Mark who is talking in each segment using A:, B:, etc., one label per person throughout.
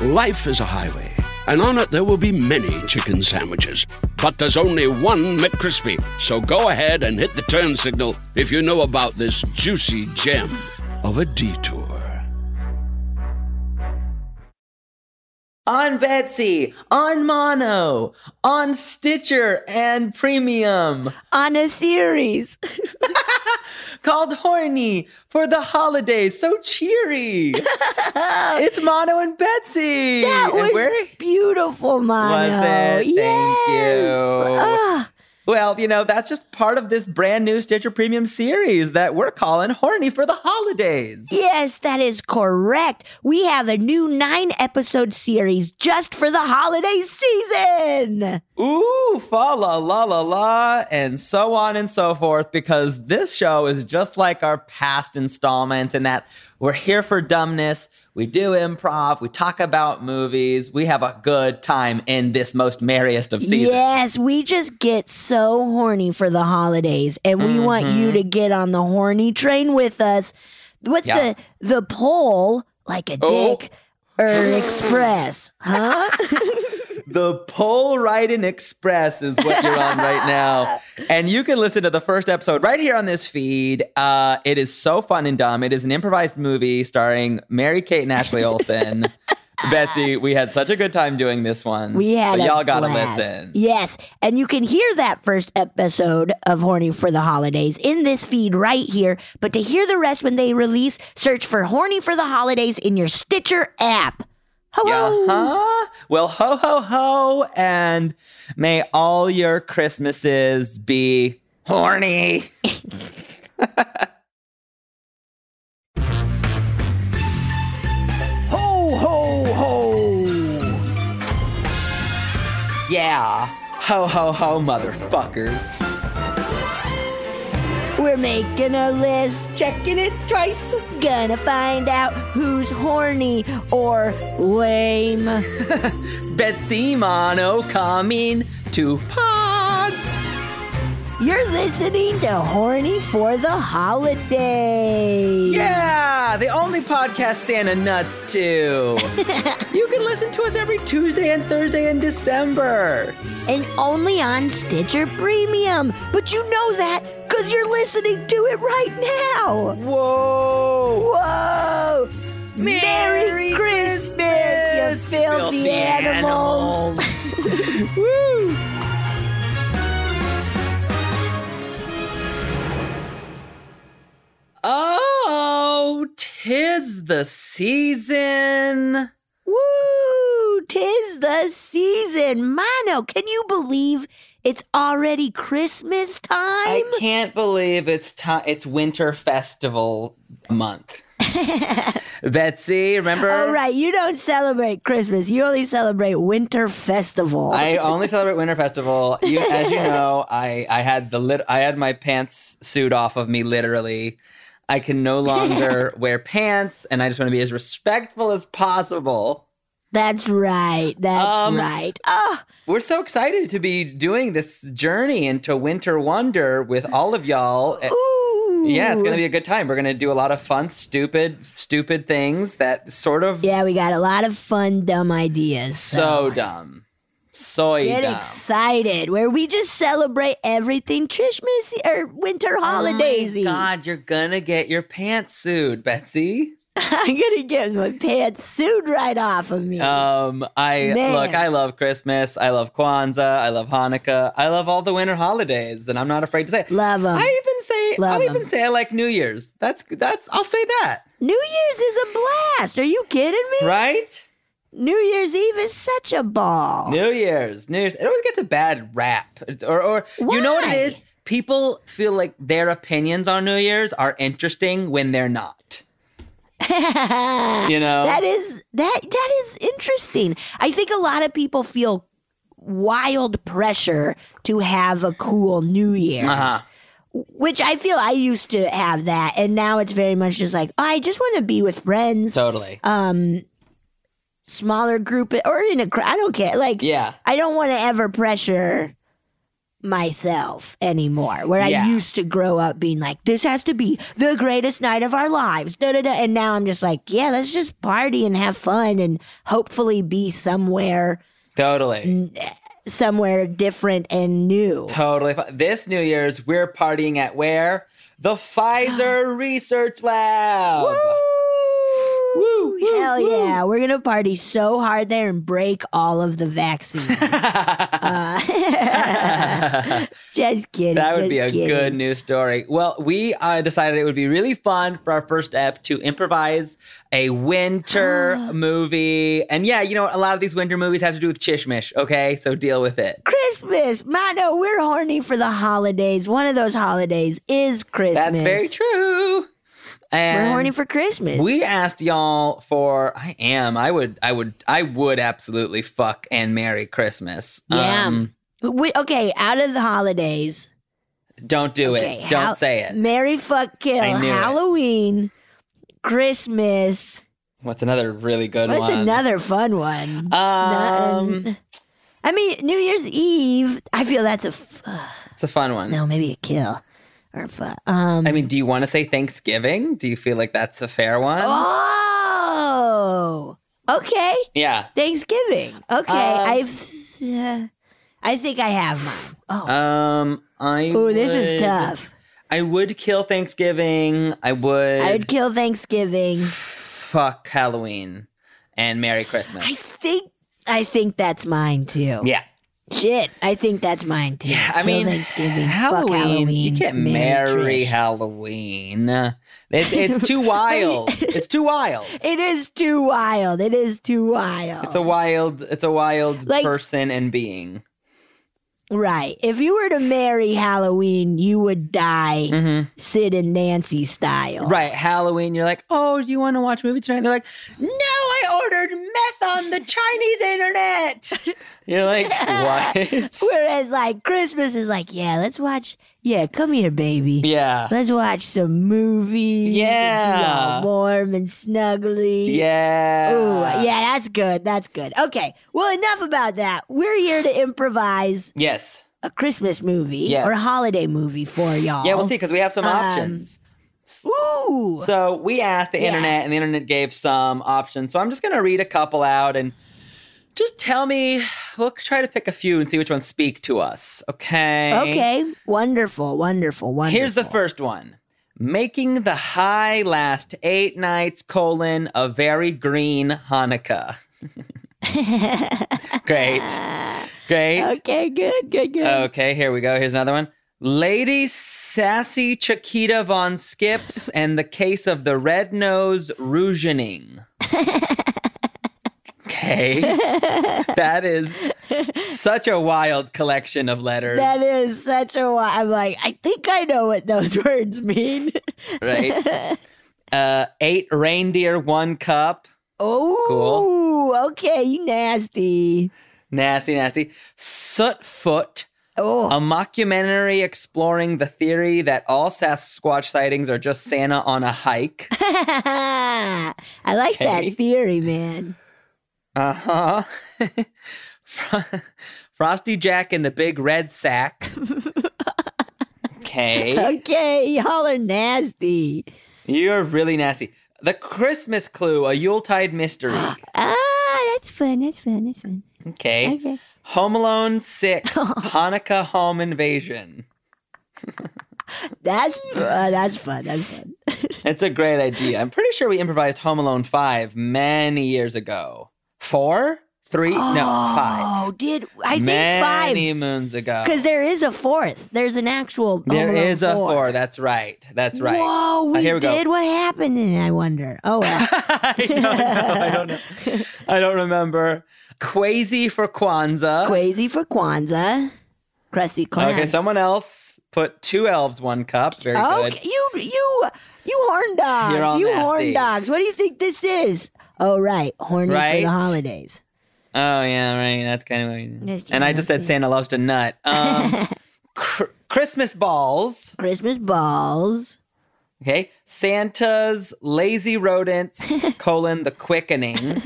A: Life is a highway, and on it there will be many chicken sandwiches. But there's only one McCrispy. So go ahead and hit the turn signal if you know about this juicy gem of a detour.
B: on Betsy, on Mono, on Stitcher and Premium,
C: on a series.
B: called Horny for the holidays. So cheery. it's Mono and Betsy.
C: That
B: and
C: was beautiful, Mono.
B: Was it? Thank
C: Yes.
B: you.
C: Ah,
B: Well, you know, that's just part of this brand new Stitcher Premium series that we're calling Horny for the holidays.
C: yes, that is correct. We have a new nine episode series just for the holiday season.
B: ooh, fa la la la la, and so on and so forth, because this show is just like our past installments in that we're here for dumbness. We do improv, we talk about movies, we have a good time in this most merriest of seasons.
C: Yes, we just get so horny for the holidays, and we want you
B: Mm-hmm.
C: to get on the horny train with us. What's
B: Yeah.
C: the the poll like a
B: Oh.
C: dick or express, huh?
B: The Pole Riding Express is what you're on right now. And you can listen to the first episode right here on this feed. Uh, it is so fun and dumb. It is an improvised movie starring Mary Kate and Ashley Olsen. Betsy, we had such a good time doing this one.
C: We had
B: so
C: a
B: y'all gotta
C: blast.
B: listen.
C: Yes, and you can hear that first episode of Horny for the Holidays in this feed right here. But to hear the rest when they release, search for Horny for the Holidays in your Stitcher app. Hello.
B: Uh-huh. Well, ho ho ho, and may all your Christmases be horny.
D: Ho, ho, ho!
B: Yeah. Ho ho ho, motherfuckers.
C: We're making a list, checking it twice. Gonna find out who's horny or lame.
B: Betsy Mono coming to pods.
C: You're listening to Horny for the Holidays.
B: Yeah, the only podcast Santa nuts to. you can listen to us every Tuesday and Thursday in December.
C: and only on Stitcher Premium. But you know that because you're listening to it right now.
B: Whoa!
C: Whoa! Merry Christmas, you filthy, animals.
B: Woo! Oh, tis the season.
C: Woo! Tis the season. Mono, can you believe it's already Christmas time?
B: I can't believe it's time. It's winter festival month. Betsy, remember?
C: All right, you don't celebrate Christmas. You only celebrate Winter Festival.
B: I only celebrate winter festival. You, as you know, I I had the lit- I had my pants suit off of me literally. I can no longer wear pants, and I just want to be as respectful as possible.
C: That's right. That's
B: Um,
C: right. Oh,
B: We're so excited to be doing this journey into winter wonder with all of y'all. Eh,
C: ooh.
B: Yeah, it's gonna be a good time. We're gonna do a lot of fun, stupid, stupid things that sort of
C: Yeah, we got a lot of fun, dumb ideas.
B: so dumb, soy
C: get
B: dumb.
C: excited, where we just celebrate everything Christmas or winter holidays.
B: Oh my God, you're gonna get your pants sued, Betsy.
C: I'm gonna get my pants sued right off of me.
B: Um, I
C: Man.
B: look, I love Christmas, I love Kwanzaa, I love Hanukkah, I love all the winter holidays, and I'm not afraid to say. It.
C: Love them.
B: I even say,
C: Love
B: I'll
C: 'em.
B: even say I like New Year's. That's that's. I'll say that,
C: New Year's is a blast. Are you kidding me?
B: right?
C: New Year's Eve is such a ball.
B: New Year's, New Year's. It always gets a bad rap, It's- or or you know what it
C: Why?
B: is. People feel like their opinions on New Year's are interesting when they're not. You know?
C: That is that that is interesting. I think a lot of people feel wild pressure to have a cool New Year's.
B: Uh-huh.
C: Which I feel I used to have that and now it's very much just like, oh, I just want to be with friends,
B: Totally.
C: um smaller group or in a crowd. I don't care. Like
B: yeah.
C: I don't want to ever pressure myself anymore. Where
B: Yeah.
C: I used to grow up being like, this has to be the greatest night of our lives. Da, da, da. And now I'm just like, yeah, let's just party and have fun and hopefully be somewhere
B: Totally.
C: somewhere different and new.
B: Totally. fi- This New Year's, we're partying at where? The Pfizer Research Lab.
C: Woo!
B: woo,
C: Hell
B: woo.
C: yeah. We're going to party so hard there and break all of the vaccines. uh, just kidding.
B: That
C: just
B: would be a
C: kidding.
B: good news story. Well, we uh, decided it would be really fun for our first step to improvise a winter movie. And yeah, you know, what? a lot of these winter movies have to do with chishmish, okay? So deal with it.
C: Christmas. Mano, we're horny for the holidays. One of those holidays is Christmas.
B: That's very true. And
C: We're horny for Christmas.
B: we asked y'all for I am. I would I would I would absolutely fuck and marry Christmas. Um,
C: Yeah. We- okay, out of the holidays.
B: don't do
C: okay,
B: it. Don't
C: hal-
B: say it.
C: Merry fuck kill.
B: I knew it.
C: Halloween. Christmas.
B: What's another really good
C: What's
B: one?
C: another fun one?
B: um
C: Nothing. I mean, New Year's Eve. I feel that's a f- uh,
B: it's a fun one.
C: no, maybe a kill or a fu- um.
B: I mean, do you want to say Thanksgiving? Do you feel like that's a fair one?
C: oh, okay.
B: Yeah.
C: Thanksgiving. Okay,
B: Um,
C: I've. Uh, I think I have mine. Oh,
B: Um, I.
C: ooh, this
B: would-
C: is tough.
B: I would kill Thanksgiving. I would.
C: I would kill Thanksgiving.
B: fuck Halloween and Merry
C: I
B: Christmas.
C: think. I think that's mine too.
B: yeah.
C: Shit, I think that's mine too.
B: Yeah, I
C: Kill
B: mean,
C: Thanksgiving.
B: Halloween,
C: Fuck Halloween.
B: You can't
C: marry
B: marry
C: Trish.
B: Halloween. It's it's too wild. It's too wild.
C: It is too wild. It is too wild.
B: It's a wild. It's a wild
C: Like-
B: person and being.
C: right. If you were to marry Halloween, you would die
B: hmm
C: Sid and Nancy style.
B: Right, Halloween. You're like, oh, do you want to watch a movie tonight? And they're like, no, I ordered meth on the Chinese internet. You're like, what?
C: Whereas like Christmas is like, yeah, let's watch. Yeah, come here, baby.
B: yeah,
C: Let's watch some movies. and be
B: Yeah.
C: all warm and snuggly.
B: yeah,
C: Ooh, yeah, that's good. That's good. Okay. Well, enough about that. We're here to improvise
B: Yes,
C: a Christmas movie
B: Yes.
C: or a holiday movie for y'all.
B: yeah. We'll see because we have some
C: Um,
B: options.
C: Ooh.
B: So we asked the
C: Yeah.
B: internet, and the internet gave some options. So I'm just gonna read a couple out and just tell me. We'll try to pick a few and see which ones speak to us. Okay.
C: okay. Wonderful. Wonderful. Wonderful.
B: Here's the first one. Making the high last eight nights, colon, a very green Hanukkah. Great. Great.
C: Okay. Good. Good. Good.
B: Okay, here we go. Here's another one. Lady Sassy Chiquita Von Skips and the case of the red nose rougening. Okay. that is such a wild collection of letters.
C: That is such a. wi- I'm like, I think I know what those words mean.
B: right? Uh, eight reindeer, one cup.
C: Oh, okay, you nasty.
B: Nasty, nasty. Sootfoot,
C: Oh,
B: a mockumentary exploring the theory that all Sasquatch sightings are just Santa on a hike.
C: I like
B: Okay.
C: that theory, man.
B: Uh huh. Fro- Frosty Jack and the Big Red Sack. Okay.
C: Okay, y'all are nasty.
B: You're really nasty. The Christmas Clue, a Yuletide mystery.
C: Ah, that's fun. That's fun. That's fun.
B: Okay.
C: Okay.
B: Home Alone 6, Hanukkah Home Invasion.
C: That's uh, that's fun. That's fun.
B: It's a great idea. I'm pretty sure we improvised Home Alone 5 many years ago. Four? Three? no, five.
C: Oh, did I think
B: many
C: five?
B: moons ago.
C: Because there is a fourth. There's an actual. Home
B: there
C: Alone
B: is a
C: four.
B: four. That's right. That's right.
C: Whoa,
B: Uh,
C: we,
B: here we go.
C: did. What happened? And I wonder. Oh well.
B: I don't know. I don't know. I don't remember. Quasi for Kwanzaa.
C: Crazy for Kwanzaa. Krusty Clown.
B: okay, someone else Put two elves, one cup. Very
C: Okay,
B: good.
C: you you you horn dogs.
B: all
C: you
B: nasty.
C: horn dogs. What do you think this is? Oh right, horny for
B: Right?
C: the holidays.
B: Oh yeah, right. That's kind of.
C: That's
B: And I
C: kinda
B: just said
C: cute.
B: Santa loves to nut. Um, cr- Christmas balls.
C: Christmas balls.
B: Okay, Santa's lazy rodents: colon the quickening.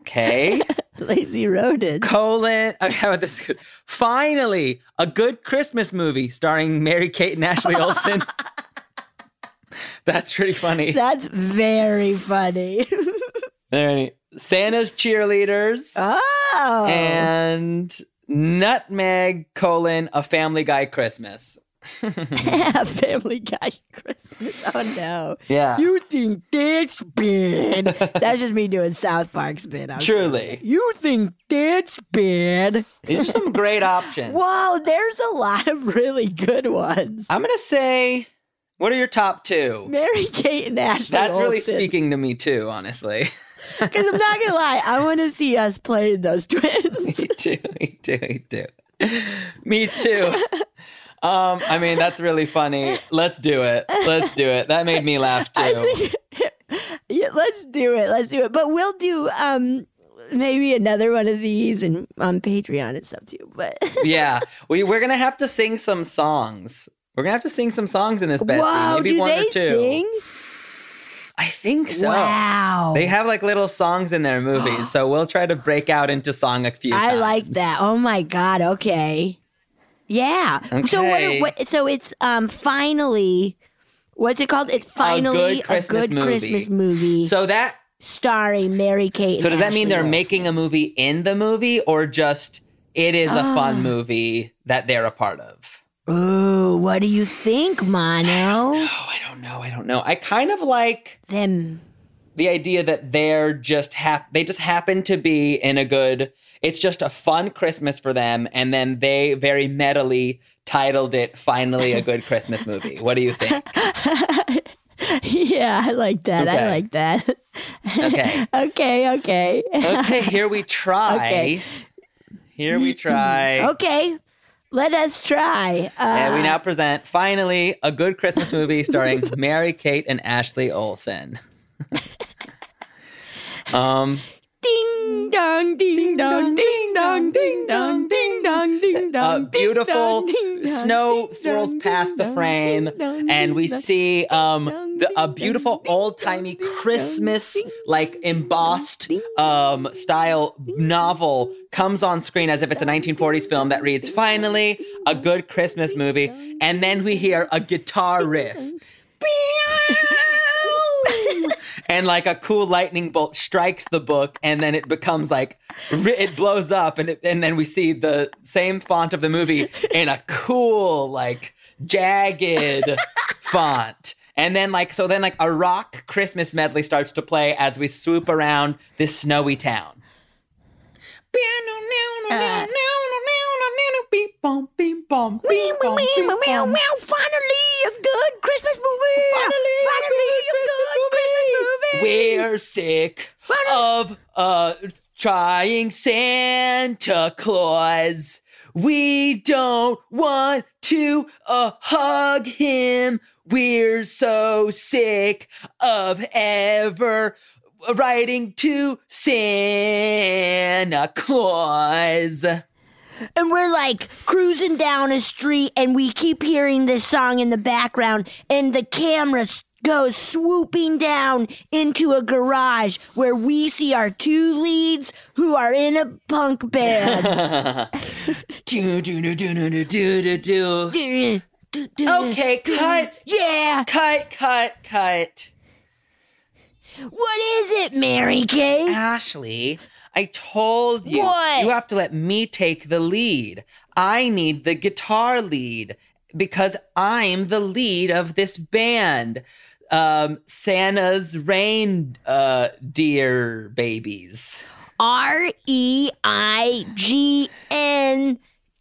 B: Okay,
C: Lazy rodents.
B: colon. Okay, how about this? Finally, a good Christmas movie starring Mary Kate and Ashley Olsen. That's pretty funny.
C: That's very funny.
B: There, Santa's cheerleaders.
C: oh.
B: and nutmeg colon a family guy christmas
C: Family Guy Christmas. Oh no.
B: yeah
C: You think that's bad? That's just me doing South Park's bit. I'm sorry.
B: truly
C: You think that's bad?
B: these are some great options
C: Whoa, there's a lot of really good ones.
B: i'm gonna say what are your top two
C: Mary Kate and Ashley.
B: that's really
C: Olsen.
B: speaking to me too honestly
C: Because I'm not gonna lie, I want to see us playing those
B: me
C: twins.
B: too me too me too me too um i mean that's really funny let's do it let's do it that made me laugh
C: I
B: too
C: think, yeah, let's do it. Let's do it. But we'll do um maybe another one of these and on Patreon and stuff too. But
B: yeah we, we're gonna have to sing some songs we're gonna have to sing some songs in this Betsy.
C: wow,
B: Maybe
C: do
B: one
C: they
B: or two.
C: sing?
B: I think so.
C: wow,
B: They have like little songs in their movies, so we'll try to break out into song a few.
C: I
B: times.
C: like that. Oh my god. Okay. Yeah. So what, are-
B: Okay.
C: what? So it's um finally. What's it called? It's finally a
B: Christmas
C: good
B: movie.
C: Christmas movie
B: So that
C: starring Mary Kate.
B: so
C: and
B: does that mean
C: Ashley
B: they're
C: Olsen.
B: making a movie in the movie or just it is a fun movie that they're a part of?
C: Ooh, what do you think, Mono?
B: Oh, I don't know. I don't know. I kind of like
C: Them.
B: the idea that they're just hap- they just happen to be in a good it's just a fun Christmas for them and then they very metally titled it finally a good Christmas movie. What do you think?
C: yeah, I like that.
B: Okay.
C: I like that.
B: Okay.
C: okay, okay.
B: okay, here we try.
C: Okay.
B: Here we try.
C: okay. Let us try. Uh,
B: And we now present finally a good Christmas movie starring Mary Kate and Ashley Olsen. um,
C: Ding dong, ding, dong, ding dong, ding dong, ding dong, ding
B: a
C: dong. ding
B: Uh, beautiful
C: dong, ding dong,
B: snow
C: ding
B: swirls
C: dong,
B: past
C: ding
B: the
C: dong,
B: frame,
C: ding dong,
B: and we
C: ding dong.
B: see um
C: dong,
B: the, a
C: ding
B: beautiful
C: dong, ding
B: old timey
C: dong, ding dong,
B: Christmas
C: ding dong,
B: like embossed
C: ding
B: um style novel comes on screen as if it's a 1940s film that reads finally a good Christmas movie, and then we hear a guitar riff. and like a cool lightning bolt strikes the book and then it becomes like ri- it blows up and it, and then we see the same font of the movie in a cool like jagged font and then like so then like a rock christmas medley starts to play as we swoop around this snowy town
C: Meow, meow, meow, finally a good Christmas movie. Finally, a good Christmas movie.
B: We're sick of uh trying Santa Claus. We don't want to uh, hug him. We're so sick of ever writing to Santa Claus.
C: And we're like cruising down a street and we keep hearing this song in the background and the camera s- goes swooping down into a garage where we see our two leads who are in a punk band.
B: Do do do do do do do do. Okay, cut,
C: Yeah.
B: cut, cut, cut.
C: What is it, Mary Kate?
B: Ashley, I told you
C: What?
B: you have to let me take the lead. I need the guitar lead because I'm the lead of this band. Um, Santa's rain uh, deer babies.
C: R E I G N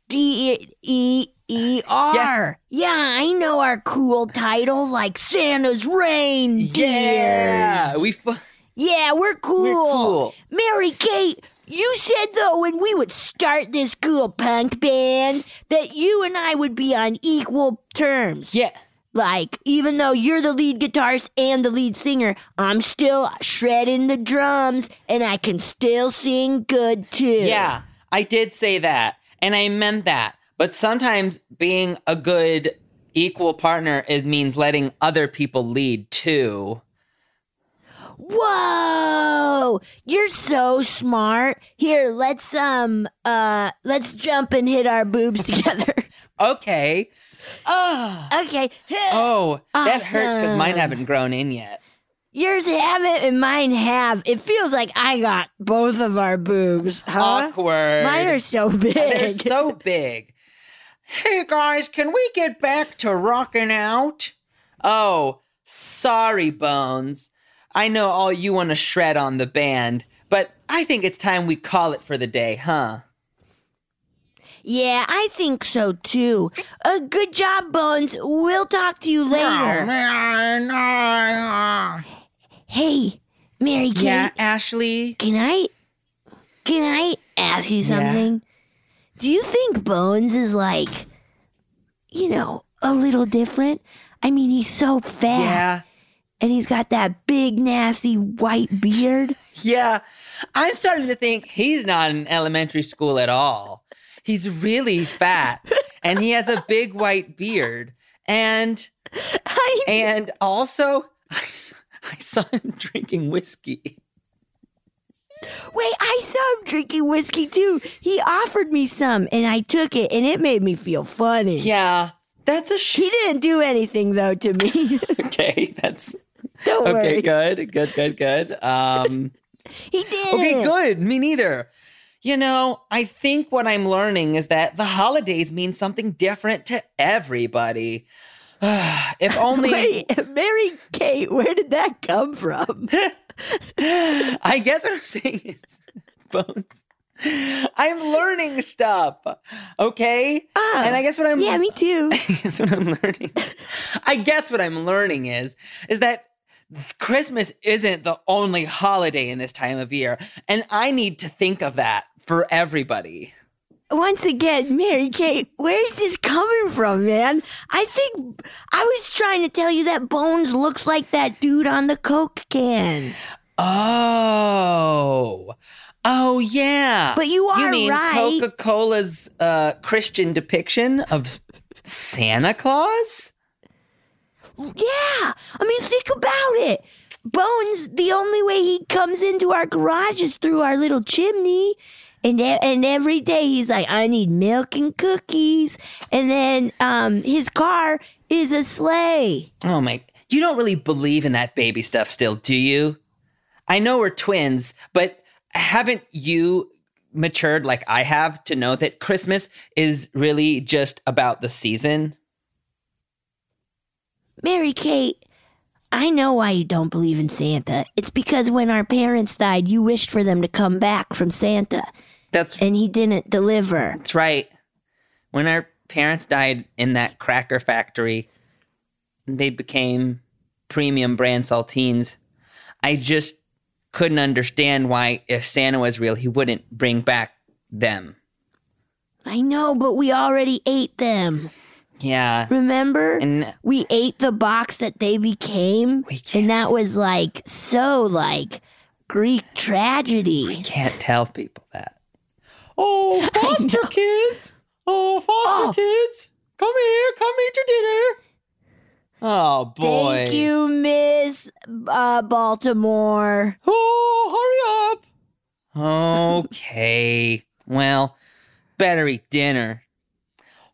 C: D E E R. Yeah, I know our cool title, like Santa's Reindeers.
B: Yeah, we. Fu-
C: yeah, we're cool.
B: We're cool.
C: Mary Kate, You said though when we would start this cool punk band that you and I would be on equal terms.
B: Yeah.
C: Like even though you're the lead guitarist and the lead singer, I'm still shredding the drums and I can still sing good too.
B: Yeah, I did say that, and I meant that. But sometimes being a good equal partner it means letting other people lead too.
C: Whoa! You're so smart. Here, let's um uh let's jump and hit our boobs together.
B: Okay. Oh,
C: okay.
B: oh that hurt because mine
C: Awesome.
B: haven't grown in yet.
C: Yours have it and mine have. It feels like I got both of our boobs. Huh?
B: Awkward.
C: Mine are so big.
B: They're so big. Hey guys, can we get back to rocking out? Oh, sorry, Bones. I know all you want to shred on the band, but I think it's time we call it for the day, huh?
C: yeah, I think so too. Uh, good job, Bones. We'll talk to
B: Oh,
C: you later. Hey, Mary Kate,
B: uh, Yeah, Ashley.
C: can I can I ask you
B: Yeah.
C: something? Do you think Bones is like, you know, a little different? I mean, he's so fat
B: Yeah.
C: and he's got that big, nasty white beard.
B: Yeah. I'm starting to think he's not in elementary school at all. He's really fat and he has a big white beard. And
C: I
B: and also I, I saw him drinking whiskey.
C: Wait, I saw him drinking whiskey too. He offered me some and I took it and it made me feel funny.
B: Yeah. That's a
C: He
B: shit.
C: didn't do anything though to me.
B: Okay, that's
C: Don't
B: okay.
C: worry.
B: Good, good, good, good. Um,
C: He did.
B: okay, good. Me neither. You know, I think what I'm learning is that the holidays mean something different to everybody. if only
C: Wait, Mary Kate, where did that come from?
B: I guess what I'm saying is bones. I'm learning stuff. Okay.
C: Ah,
B: and I guess what I'm
C: yeah, me too.
B: That's what I'm learning. I guess what I'm learning is is that Christmas isn't the only holiday in this time of year, and I need to think of that for everybody.
C: Once again, Mary Kate, where's this coming from, man? I think I was trying to tell you that Bones looks like that dude on the Coke can.
B: Oh. Oh yeah.
C: But you are
B: you mean
C: right.
B: Coca-Cola's uh, Christian depiction of S- Santa Claus?
C: Yeah. I mean, think about it. Bones, the only way he comes into our garage is through our little chimney. And, e- and every day he's like, I need milk and cookies. And then um, his car is a sleigh.
B: Oh my, you don't really believe in that baby stuff still, do you? I know we're twins, but haven't you matured like I have to know that Christmas is really just about the season?
C: Mary Kate, I know why you don't believe in Santa. It's because when our parents died, you wished for them to come back from Santa,
B: That's
C: and he didn't deliver.
B: that's right. When our parents died in that cracker factory, they became premium brand saltines. I just couldn't understand why if Santa was real, he wouldn't bring back them.
C: I know, but we already ate them.
B: Yeah.
C: Remember?
B: And
C: we ate the box that they became
B: We can't-
C: and that was like so like greek tragedy
B: can't tell people that. Oh, foster
C: know.
B: kids! Oh, foster
C: Oh.
B: kids! Come here, come eat your dinner. Oh boy!
C: thank you miss uh, baltimore
B: Oh, hurry up! Okay. well, better eat dinner.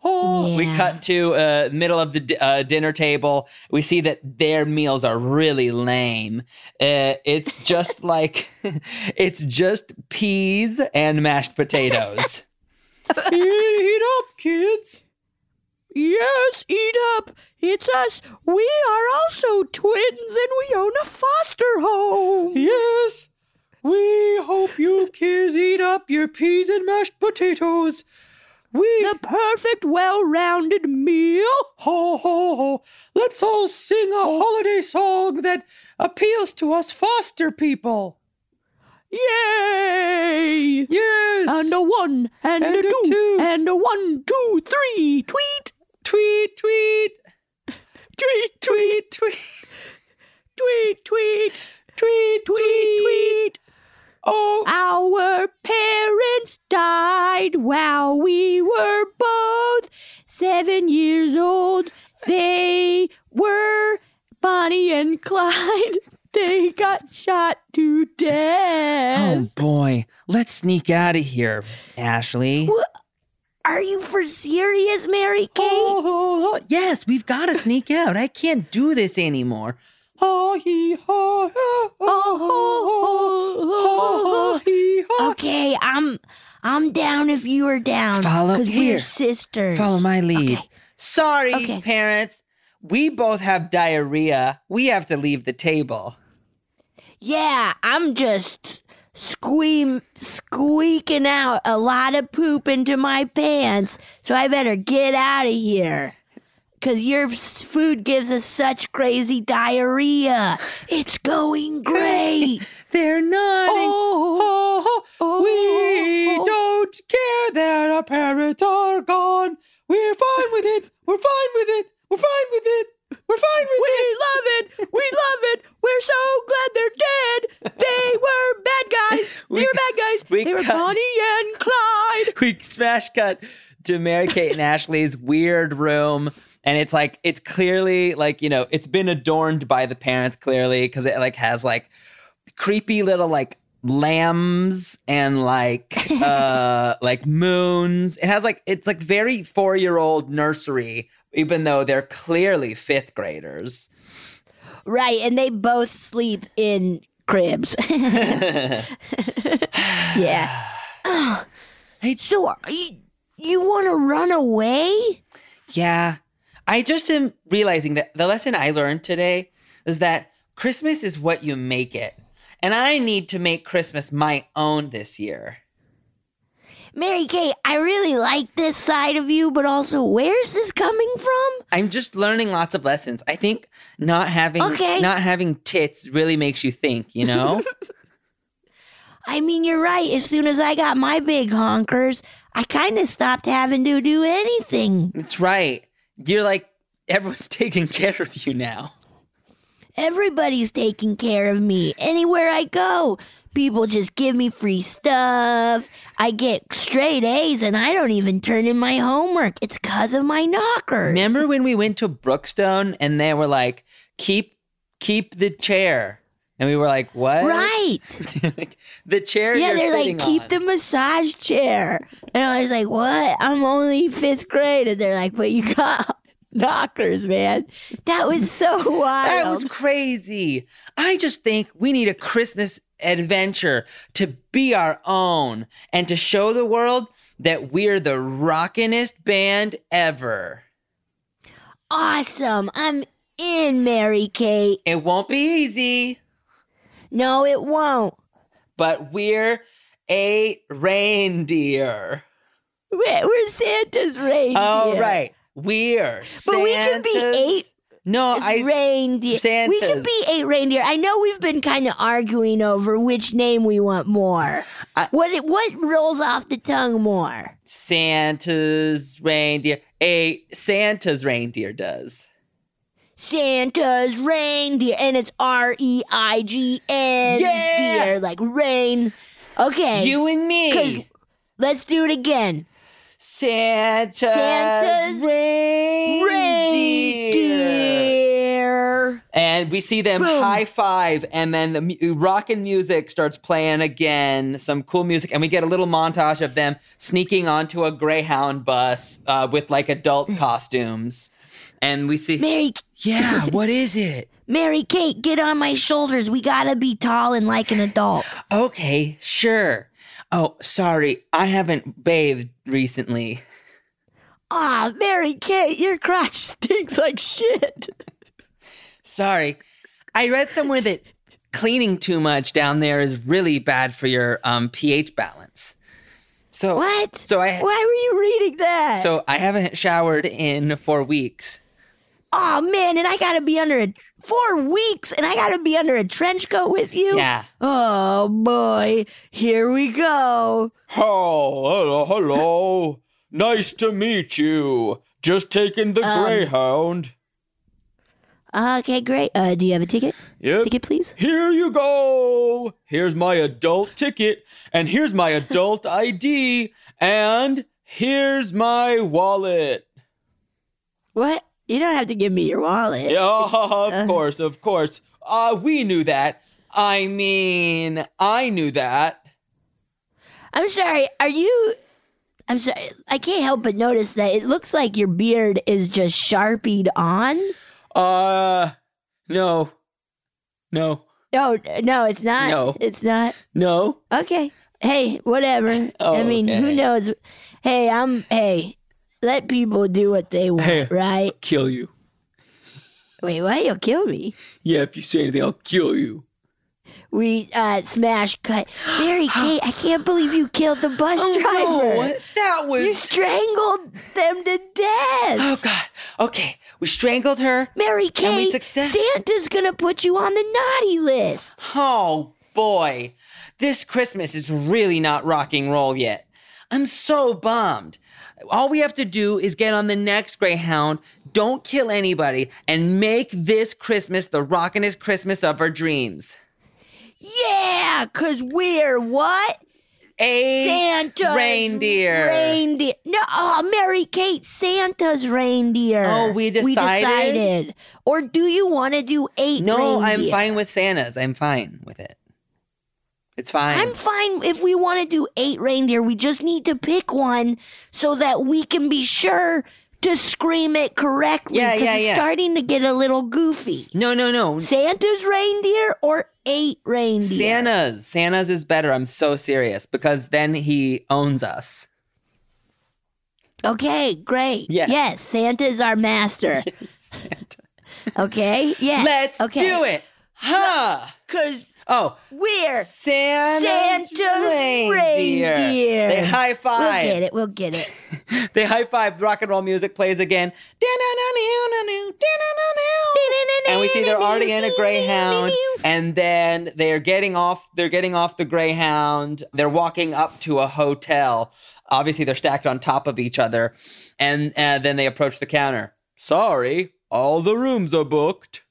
B: Oh, we
C: Yeah.
B: cut to uh, middle of the di- uh, dinner table. We see that their meals are really lame. Uh, it's just like it's just peas and mashed potatoes. eat, eat up, kids.
C: yes eat up it's us we are also twins and we own a foster home
B: Yes. We hope you kids eat up your peas and mashed potatoes. We
C: perfect well-rounded meal
B: Ho, ho, ho. Let's all sing a holiday song that appeals to us foster people.
C: yay And a one, and,
E: And
C: a,
E: a
C: two,
E: two.
C: and a one, two, three. Tweet,
E: Tweet, tweet,
C: tweet,
E: tweet, tweet,
C: tweet, tweet,
E: tweet,
C: tweet, tweet.
E: Oh,
C: Our parents died while we were both seven years old. They were Bonnie and Clyde. They got shot to
B: Oh
C: death.
B: boy, let's sneak out of here, Ashley.
C: Are you for serious, Mary Kate?
B: Oh, oh, oh, yes, we've got to sneak out. I can't do this anymore. Oh, he, oh, oh, oh, oh, oh, he, oh.
C: Okay, I'm I'm down if you are down.
B: Follow-
C: because
B: here.
C: we're sisters.
B: Follow my lead.
C: Okay.
B: Sorry,
C: Okay.
B: parents. We both have diarrhea. We have to leave the table.
C: Yeah, I'm just squeam squeaking out a lot of poop into my pants, so I better get out of here. Cause your s- food gives us such crazy diarrhea. It's going great.
B: They're not. Oh, we
C: oh.
B: don't care that our parents are gone. We're fine with it. We're fine with it. We're fine with it. We're fine with it.
C: love it. We love it. We're so glad they're dead. They were bad guys.
B: We-
C: bad guys.
B: we cut-
C: and Clyde.
B: We smash cut to Mary Kate and Ashley's weird room. And it's like, it's clearly like, you know, it's been adorned by the parents clearly because it like has like creepy little like lambs and like uh like moons it has like it's like very four year old nursery even though they're clearly fifth graders
C: Right, and they both sleep in cribs. yeah.
B: Hey-
C: so are you, you want to run away?
B: yeah i just am realizing that the lesson i learned today is that christmas is what you make it and i need to make christmas my own this year
C: Mary Kay, I really like this side of you, but also where's this coming from?
B: i'm just learning lots of lessons i think not having
C: Okay.
B: not having tits really makes you think you know
C: I mean, you're right. As soon as I got my big honkers, I kind of stopped having to do anything.
B: That's right. You're like, everyone's taking care of you now.
C: Everybody's taking care of me anywhere I go. People just give me free stuff. I get straight A's and I don't even turn in my homework. It's because of my knockers.
B: Remember when we went to Brookstone and they were like, keep keep the chair. And we were like, what?
C: Right.
B: Like, the chair.
C: Yeah,
B: you're
C: they're
B: sitting
C: like, keep
B: on."
C: the massage chair. And I was like, what? I'm only fifth grade. And they're like, but you got knockers, man. That was so wild.
B: That was crazy. I just think we need a Christmas adventure to be our own and to show the world that we're the rockinest band ever.
C: awesome. I'm in, Mary Kate.
B: It won't be easy.
C: No, it won't.
B: but we're a reindeer.
C: We're, we're Santa's reindeer.
B: All Oh, right, we're.
C: But we can be
B: Santa's-
C: eight-
B: No,
C: It's
B: I.
C: reindeer. We
B: Santas.
C: could be eight reindeer. I know we've been kind of arguing over which name we want more.
B: I-
C: what what rolls off the tongue more?
B: Santa's reindeer. A Santa's reindeer does.
C: Santa's reindeer, and it's R E I G N
B: Yeah.
C: deer, like rain. Okay,
B: You and
C: 'Cause-
B: me.
C: let's do it again.
B: Santa's,
C: Santa's
B: reindeer.
C: Reindeer.
B: And we see them
C: Boom.
B: high five, and then the mu- rockin' music starts playing again. Some cool music, and we get a little montage of them sneaking onto a Greyhound bus uh, with like adult costumes. And we see,
C: Mary,
B: yeah, what is it?
C: Mary Kate, get on my shoulders. We gotta be tall and like an adult.
B: Okay, sure. Oh, sorry, I haven't bathed recently.
C: Ah, Mary Kate, your crotch stinks like shit.
B: Sorry, I read somewhere that cleaning too much down there is really bad for your um, pH balance. So
C: What?
B: So I
C: Why were you reading that?
B: So I haven't showered in four weeks.
C: Ah, oh man, and I gotta be under a four weeks and I gotta be under a trench coat with you.
F: Yeah.
C: Oh boy, here we go.
F: Oh, hello, hello. nice to meet you. Just taking the Greyhound.
C: Okay, great. Uh, do you have a ticket?
F: Yep.
C: Ticket, please.
F: Here you go. Here's my adult ticket, and here's my adult ID, and here's my wallet.
C: What? You don't have to give me your wallet.
F: Yeah, of course, of course. Uh, we knew that. I mean, I knew that.
C: I'm sorry. Are you? I'm sorry. I can't help but notice that it looks like your beard is just sharpied on.
F: Uh, no, no,
C: No, no, it's not.
F: No.
C: it's not.
F: no.
C: Okay. Hey, whatever. I mean, who
F: Oh, Okay.
C: knows? Hey, I'm. Hey, let people do what they want,
F: Hey.
C: right?
F: Kill you.
C: Wait, what? You'll kill me.
F: Yeah, if you say anything, I'll kill you.
C: We uh smash cut. Mary Kate, I can't believe you killed the bus driver.
F: that Oh, was.
C: Oh, You strangled them to
F: oh
C: death.
F: God. Okay, we strangled her.
C: Mary Kate,
F: success-
C: Santa's gonna put you on the naughty list.
F: Oh boy, this Christmas is really not rock and roll yet. I'm so bummed. All we have to do is get on the next Greyhound, don't kill anybody, and make this Christmas the rockin'est Christmas of our dreams.
C: Yeah, cause we're what?
F: Eight
C: Santa's
F: reindeer.
C: Reindeer. No, oh, Mary Kate, Santa's reindeer.
F: Oh, we
C: We
F: decided?
C: decided. Or do you want to do eight?
F: no, I'm
C: reindeer?
F: fine with Santa's. I'm fine with it. It's fine.
C: I'm fine if we want to do eight reindeer. We just need to pick one so that we can be sure to scream it correctly.
F: Yeah,
C: 'cause
F: yeah,
C: it's
F: yeah.
C: starting to get a little goofy.
F: no, no, no.
C: Santa's reindeer or eight reindeer?
F: Santa's. Santa's is better. I'm so serious because then he owns us.
C: Okay, great.
F: Yeah.
C: Yes, Santa's our master. Okay. Yeah.
F: Let's
C: okay.
F: do it. Huh.
C: Cause
F: Oh,
C: we're
F: Santa's,
C: Santa's
F: reindeer.
C: reindeer.
F: They high
C: we'll
F: five.
C: get it. We'll get it.
F: They high five. Rock and roll music plays again. And we see they're already in a greyhound, and then they're getting off. They're getting off the greyhound. They're walking up to a hotel. Obviously, they're stacked on top of each other, and uh, then they approach the counter. Sorry, all the rooms are booked.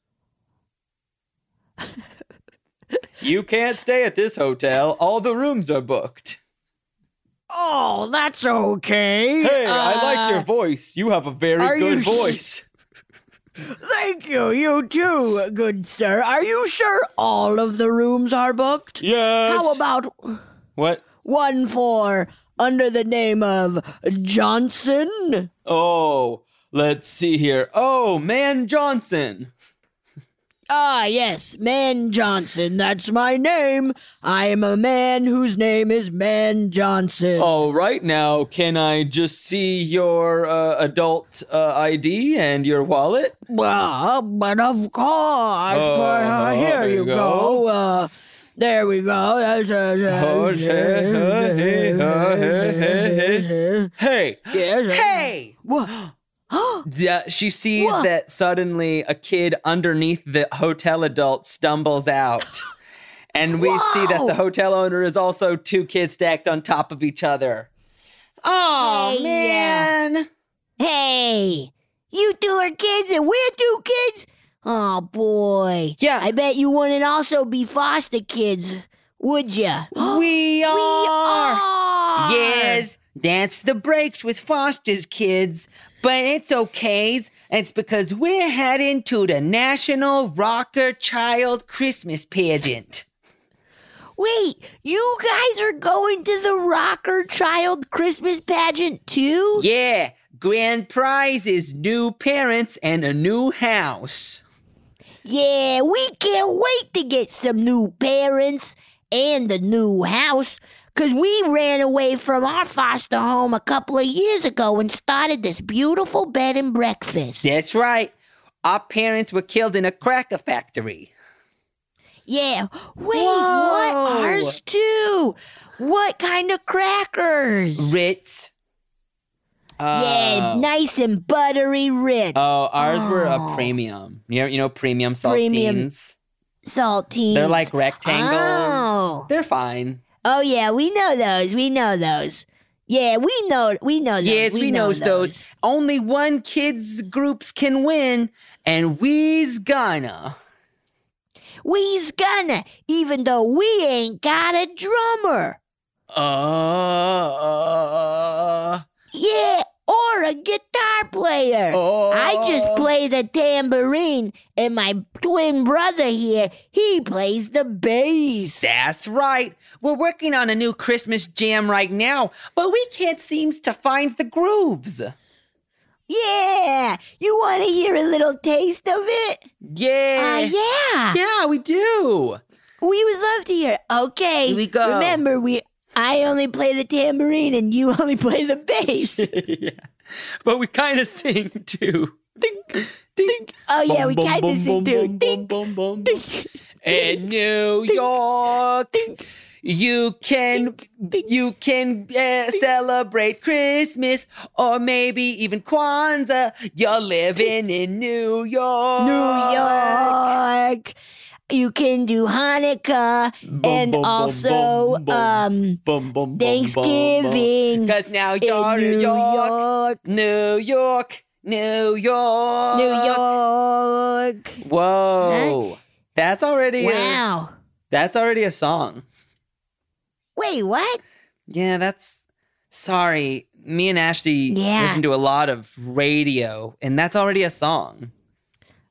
F: you can't stay at this hotel. All the rooms are booked.
C: Oh, that's okay. Uh,
F: Hey, I like your voice. You have a
C: are
F: very
C: you
F: good
C: sh-
F: voice.
C: Thank you. You too, good sir. Are you sure all of the rooms are booked?
F: Yes.
C: How about
F: what?
C: one for under the name of Johnson?
F: Oh, let's see here. Oh, man Johnson.
C: Ah, yes, Man Johnson. That's my name. I am a man whose name is Man Johnson.
F: All right, now can I just see your uh, adult uh, ID and your wallet?
C: Well, but of course, but uh,
F: Oh,
C: here
F: there
C: you
F: you
C: go.
F: go.
C: Uh, there we go. That's, uh,
F: Oh, hey, hey, hey, hey, Hey.
C: Yes, uh,
F: Hey.
C: What?
F: Yeah, she sees
C: Whoa.
F: that suddenly a kid underneath the hotel adult stumbles out. and we see that
C: Whoa.
F: the hotel owner is also two kids stacked on top of each other. Oh,
C: Hey,
F: man.
C: Hey, you two are kids and we're two kids? Oh, boy.
F: Yeah.
C: I bet you wouldn't also be foster kids, would ya?
F: We are.
C: are.
F: Yes, that's the breaks with Foster's kids. But it's okay. It's because we're heading to the National Rocker Child Christmas pageant.
C: Wait, you guys are going to the Rocker Child Christmas pageant too?
F: Yeah, grand prize is new parents and a new house.
C: Yeah, we can't wait to get some new parents and a new house. Cause we ran away from our foster home a couple of years ago and started this beautiful bed and breakfast.
F: That's right. Our parents were killed in a cracker factory.
C: Yeah. Wait,
F: Whoa.
C: what? Ours too. What kind of crackers?
F: Ritz.
C: yeah, nice and buttery rich.
F: Oh, ours were
C: Oh.
F: a premium. You know, you know premium saltines.
C: Premium Salty.
F: They're like rectangles.
C: Oh.
F: They're fine.
C: Oh yeah, we know those. We know those. Yeah, we know. We know those.
F: Yes, we, knows those. Only one kids groups can win, and we's gonna.
C: We's gonna, even though we ain't got a drummer.
F: Uh,
C: Yeah, or a guitar player.
F: oh.
C: I just play the tambourine, and my twin brother here, he plays the bass.
F: That's right. We're working on a new Christmas jam right now, but we can't seem to find the grooves.
C: Yeah, you want to hear a little taste of it? Uh,
F: Ah, Yeah.
C: yeah.
F: Yeah, we do.
C: We would love to hear. Okay.
F: Here we go.
C: Remember, we I only play the tambourine and you only play the bass.
F: yeah. But we kind of sing too. Dink, dink.
C: Oh yeah, we kind of sing too. Ding,
F: In New York, you can you can uh, celebrate Christmas or maybe even Kwanzaa. You're living in New York.
C: New York. You can do Hanukkah and
F: bum, bum,
C: also
F: bum, bum.
C: um Thanksgiving
F: Because now you're
C: in
F: New,
C: New
F: York.
C: York.
F: New York. New York.
C: New York.
F: Whoa. That's already a,
C: Wow.
F: that's already a song.
C: Wait, what?
F: Yeah, that's sorry. Me and Ashley
C: Yeah.
F: listen to a lot of radio, and that's already a song.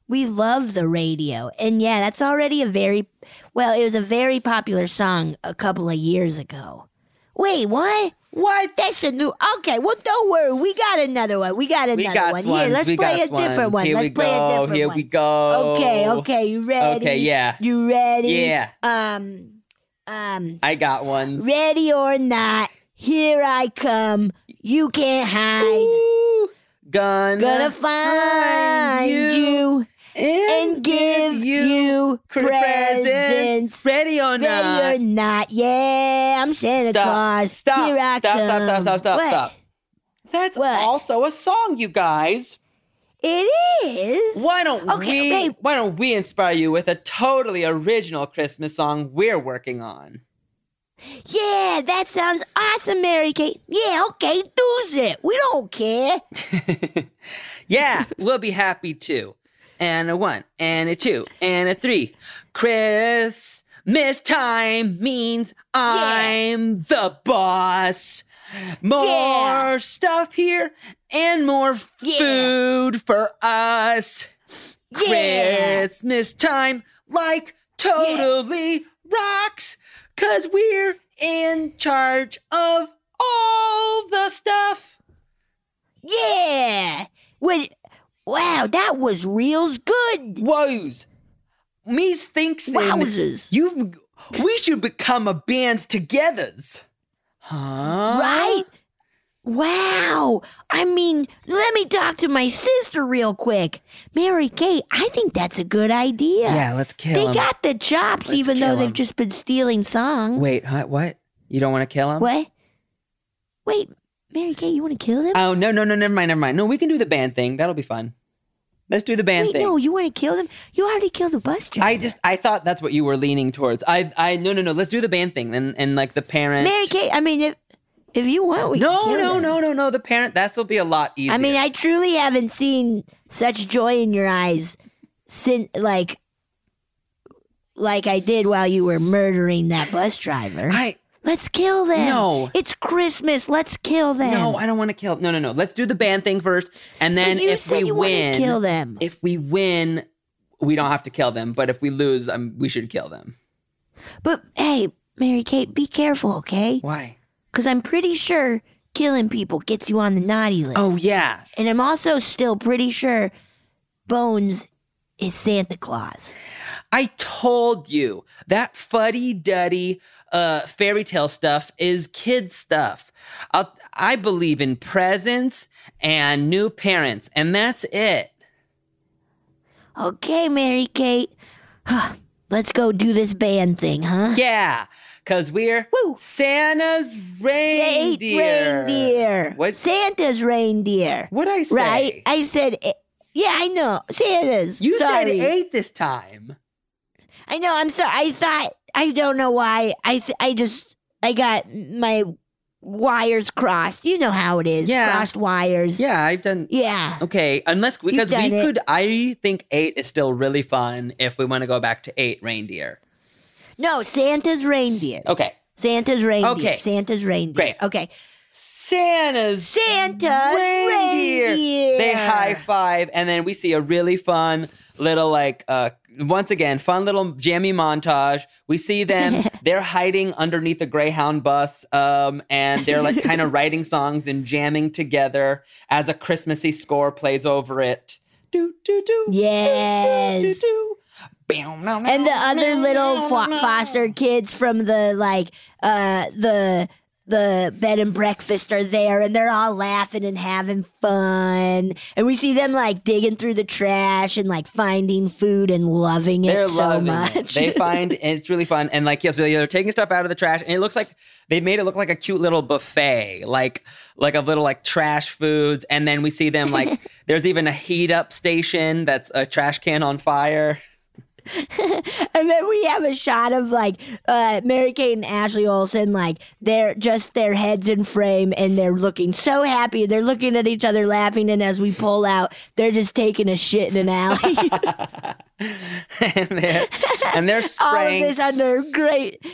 C: We love the radio. And yeah, that's already a very, well, it was a very popular song a couple of years ago. Wait, what? What? That's a new. Okay, well, don't worry. We got another one. We got another
F: we got
C: one.
F: ones.
C: Here, let's
F: we
C: play a
F: got
C: different
F: ones.
C: one.
F: Here
C: let's
F: we
C: play
F: go.
C: a different
F: Here
C: one.
F: we go.
C: Okay, okay. You ready?
F: Oh. Okay, yeah.
C: You ready?
F: Yeah.
C: Um, um,
F: I got ones.
C: ready or not, here I come. You can't hide.
F: Ooh, gonna,
C: Gonna find you and give you
F: cr- presents.
C: presents.
F: Ready or not?
C: Ready or not, yeah, I'm Santa
F: stop,
C: Claus.
F: Stop.
C: Here I
F: stop,
C: come.
F: stop, stop, stop, stop,
C: What?
F: stop. That's
C: What?
F: also a song, you guys.
C: It is.
F: Why don't
C: Okay,
F: we?
C: okay.
F: Why don't we inspire you with a totally original Christmas song we're working on?
C: Yeah, that sounds awesome, Mary Kate. Yeah, okay, do's it. We don't care.
F: yeah, we'll be happy to. And a one, and a two, and a three. Christmas time means I'm the boss. More
C: Yeah.
F: stuff here and more
C: Yeah.
F: food for us.
C: Yeah.
F: Christmas time like totally rocks cuz we're in charge of all the stuff.
C: Yeah. Wait, wow, that was reals good.
F: Woes. Me thinks
C: Wowzers.
F: you've we should become a band together's. Huh?
C: Right? Wow. I mean, let me talk to my sister real quick. Mary Kate, I think that's a good idea.
F: Yeah, let's kill
C: They
F: 'em.
C: got the chops,
F: Let's
C: even though
F: kill
C: they've
F: 'em.
C: just been stealing songs.
F: Wait, um, huh, what? You don't want to kill him?
C: What? Wait, Mary Kay, you want to kill them?
F: Oh, no, no, no, never mind, never mind. No, we can do the band thing. That'll be fun. Let's do the band
C: Wait,
F: thing.
C: no, you want to kill them? You already killed the bus driver.
F: I just I thought that's what you were leaning towards. I I no no no. Let's do the band thing and and like the parent.
C: Mary Kay, I mean, if if you want, we
F: no
C: can kill
F: no
C: them.
F: no no no. The parent. That's will be a lot easier.
C: I mean, I truly haven't seen such joy in your eyes since, like, like I did while you were murdering that bus driver.
F: I
C: Let's kill them.
F: No.
C: it's Christmas. Let's kill them.
F: no. I don't want to kill. No no no. Let's do the band thing first, and
C: But
F: then
C: you
F: if
C: said
F: we
C: you wanted
F: win,
C: to kill them.
F: if we win, we don't have to kill them. But if we lose, um, we should kill them.
C: But hey, Mary Kate, be careful, okay?
F: Why?
C: Because I'm pretty sure killing people gets you on the naughty list.
F: Oh yeah.
C: And I'm also still pretty sure Bones is Santa Claus.
F: I told you that fuddy duddy uh, fairy tale stuff is kid stuff. I'll, I believe in presents and new parents, and that's it.
C: Okay, Mary Kate. Let's go do this band thing, huh?
F: Yeah, Cause we're
C: Woo.
F: Santa's
C: Eight
F: reindeer.
C: reindeer.
F: What-
C: Santa's reindeer.
F: What I say?
C: Right? I said, eh, yeah, I know. Santa's.
F: You
C: sorry.
F: said eh. eight this time.
C: I know. I'm sorry. I thought, I don't know why. I, th- I just, I got my wires crossed. You know how it is.
F: Yeah.
C: Crossed wires.
F: Yeah, I've done.
C: Yeah.
F: Okay, unless
C: You've
F: because we
C: done it.
F: could, I think eight is still really fun if we want to go back to eight reindeer.
C: No, Santa's reindeer.
F: Okay,
C: Santa's reindeer.
F: Okay.
C: Santa's reindeer.
F: Great.
C: Okay.
F: Santa's
C: Santa's reindeer.
F: They high five, and then we see a really fun little like uh once again fun little jammy montage. We see them. they're hiding underneath the Greyhound bus, um, and they're like kind of writing songs and jamming together as a Christmassy score plays over it. Do do do.
C: Yes.
F: Do, do, do. And
C: and the other little fo- foster kids from the like uh the the bed and breakfast are there and they're all laughing and having fun and we see them like digging through the trash and like finding food and loving it
F: They're
C: so
F: loving
C: much
F: It. They find and it's really fun. And like, yeah, so they're taking stuff out of the trash, and it looks like they made it look like a cute little buffet, like like a little like trash foods. And then we see them like there's even a heat up station that's a trash can on fire.
C: and then we have a shot of like uh, Mary Kate and Ashley Olsen, like they're just their heads in frame and they're looking so happy. They're looking at each other laughing, and as we pull out, they're just taking a shit in an alley.
F: and they're and they're
C: All of
F: spraying
C: this under great ding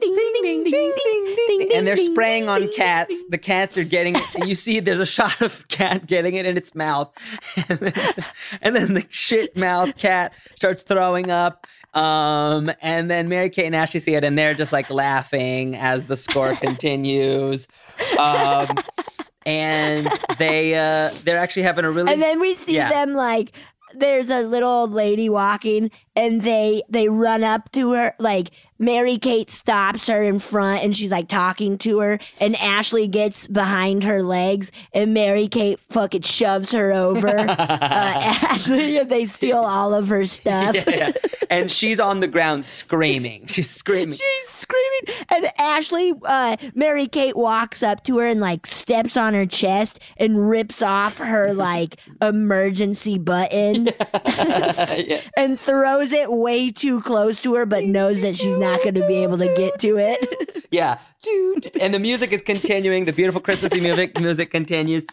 C: ding ding ding ding ding ding ding,
F: and they're
C: ding,
F: spraying
C: ding,
F: on
C: ding,
F: cats.
C: ding.
F: The cats are getting it. You see, there's a shot of cat getting it in its mouth, and then, and then the shit mouth cat starts throwing up. Um, and then Mary Kate and Ashley see it, and they're just like laughing as the score continues. Um, and they uh, they're actually having a really
C: And then we see
F: Yeah.
C: them like there's a little old lady walking and they they run up to her like Mary Kate stops her in front and she's like talking to her and Ashley gets behind her legs and Mary Kate fucking shoves her over uh, Ashley and they steal all of her stuff.
F: Yeah. and she's on the ground screaming. She's screaming.
C: She's screaming, and Ashley, uh, Mary Kate walks up to her and like steps on her chest and rips off her like emergency button and throws it way too close to her, but knows that she's not going to be able to get to it.
F: Yeah. And the music is continuing. The beautiful Christmassy music music continues.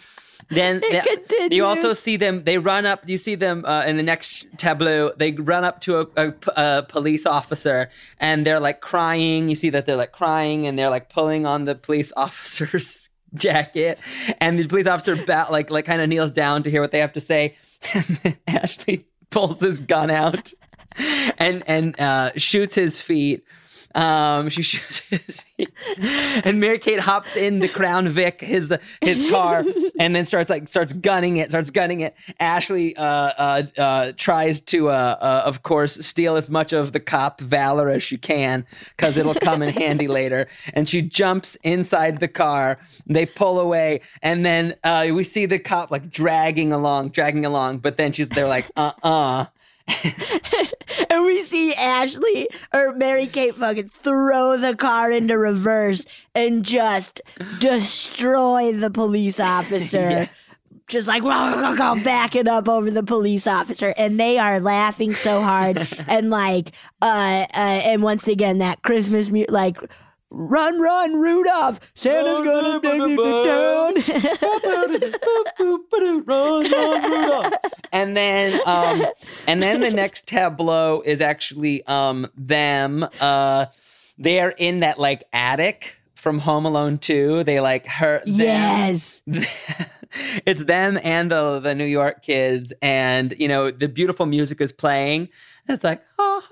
F: Then the-
C: continues.
F: you also see them. They run up. You see them uh, in the next tableau. They run up to a, a p- a police officer, and they're like crying. You see that they're like crying, and they're like pulling on the police officer's jacket. And the police officer ba- like like kind of kneels down to hear what they have to say. And then Ashley pulls his gun out, and and uh, shoots his feet. Um, she shoots his and Mary Kate hops in the Crown Vic, his his car, and then starts like starts gunning it, starts gunning it. Ashley uh, uh, uh, tries to, uh, uh, of course, steal as much of the cop valor as she can because it'll come in handy later. And she jumps inside the car. They pull away, and then uh, we see the cop like dragging along, dragging along. But then she's they're like, uh uh
C: and we see Ashley or Mary Kate fucking throw the car into reverse and just destroy the police officer. Just like "Wah, wah, wah, wah," backing up over the police officer, and they are laughing so hard, and like, uh, uh and once again that Christmas mu- like, run, run, Rudolph, Santa's gonna take you down.
F: and then um and then the next tableau is actually um them uh they're in that like attic from home alone 2 they like hurt them.
C: yes.
F: it's them and the the new york kids and you know the beautiful music is playing it's like and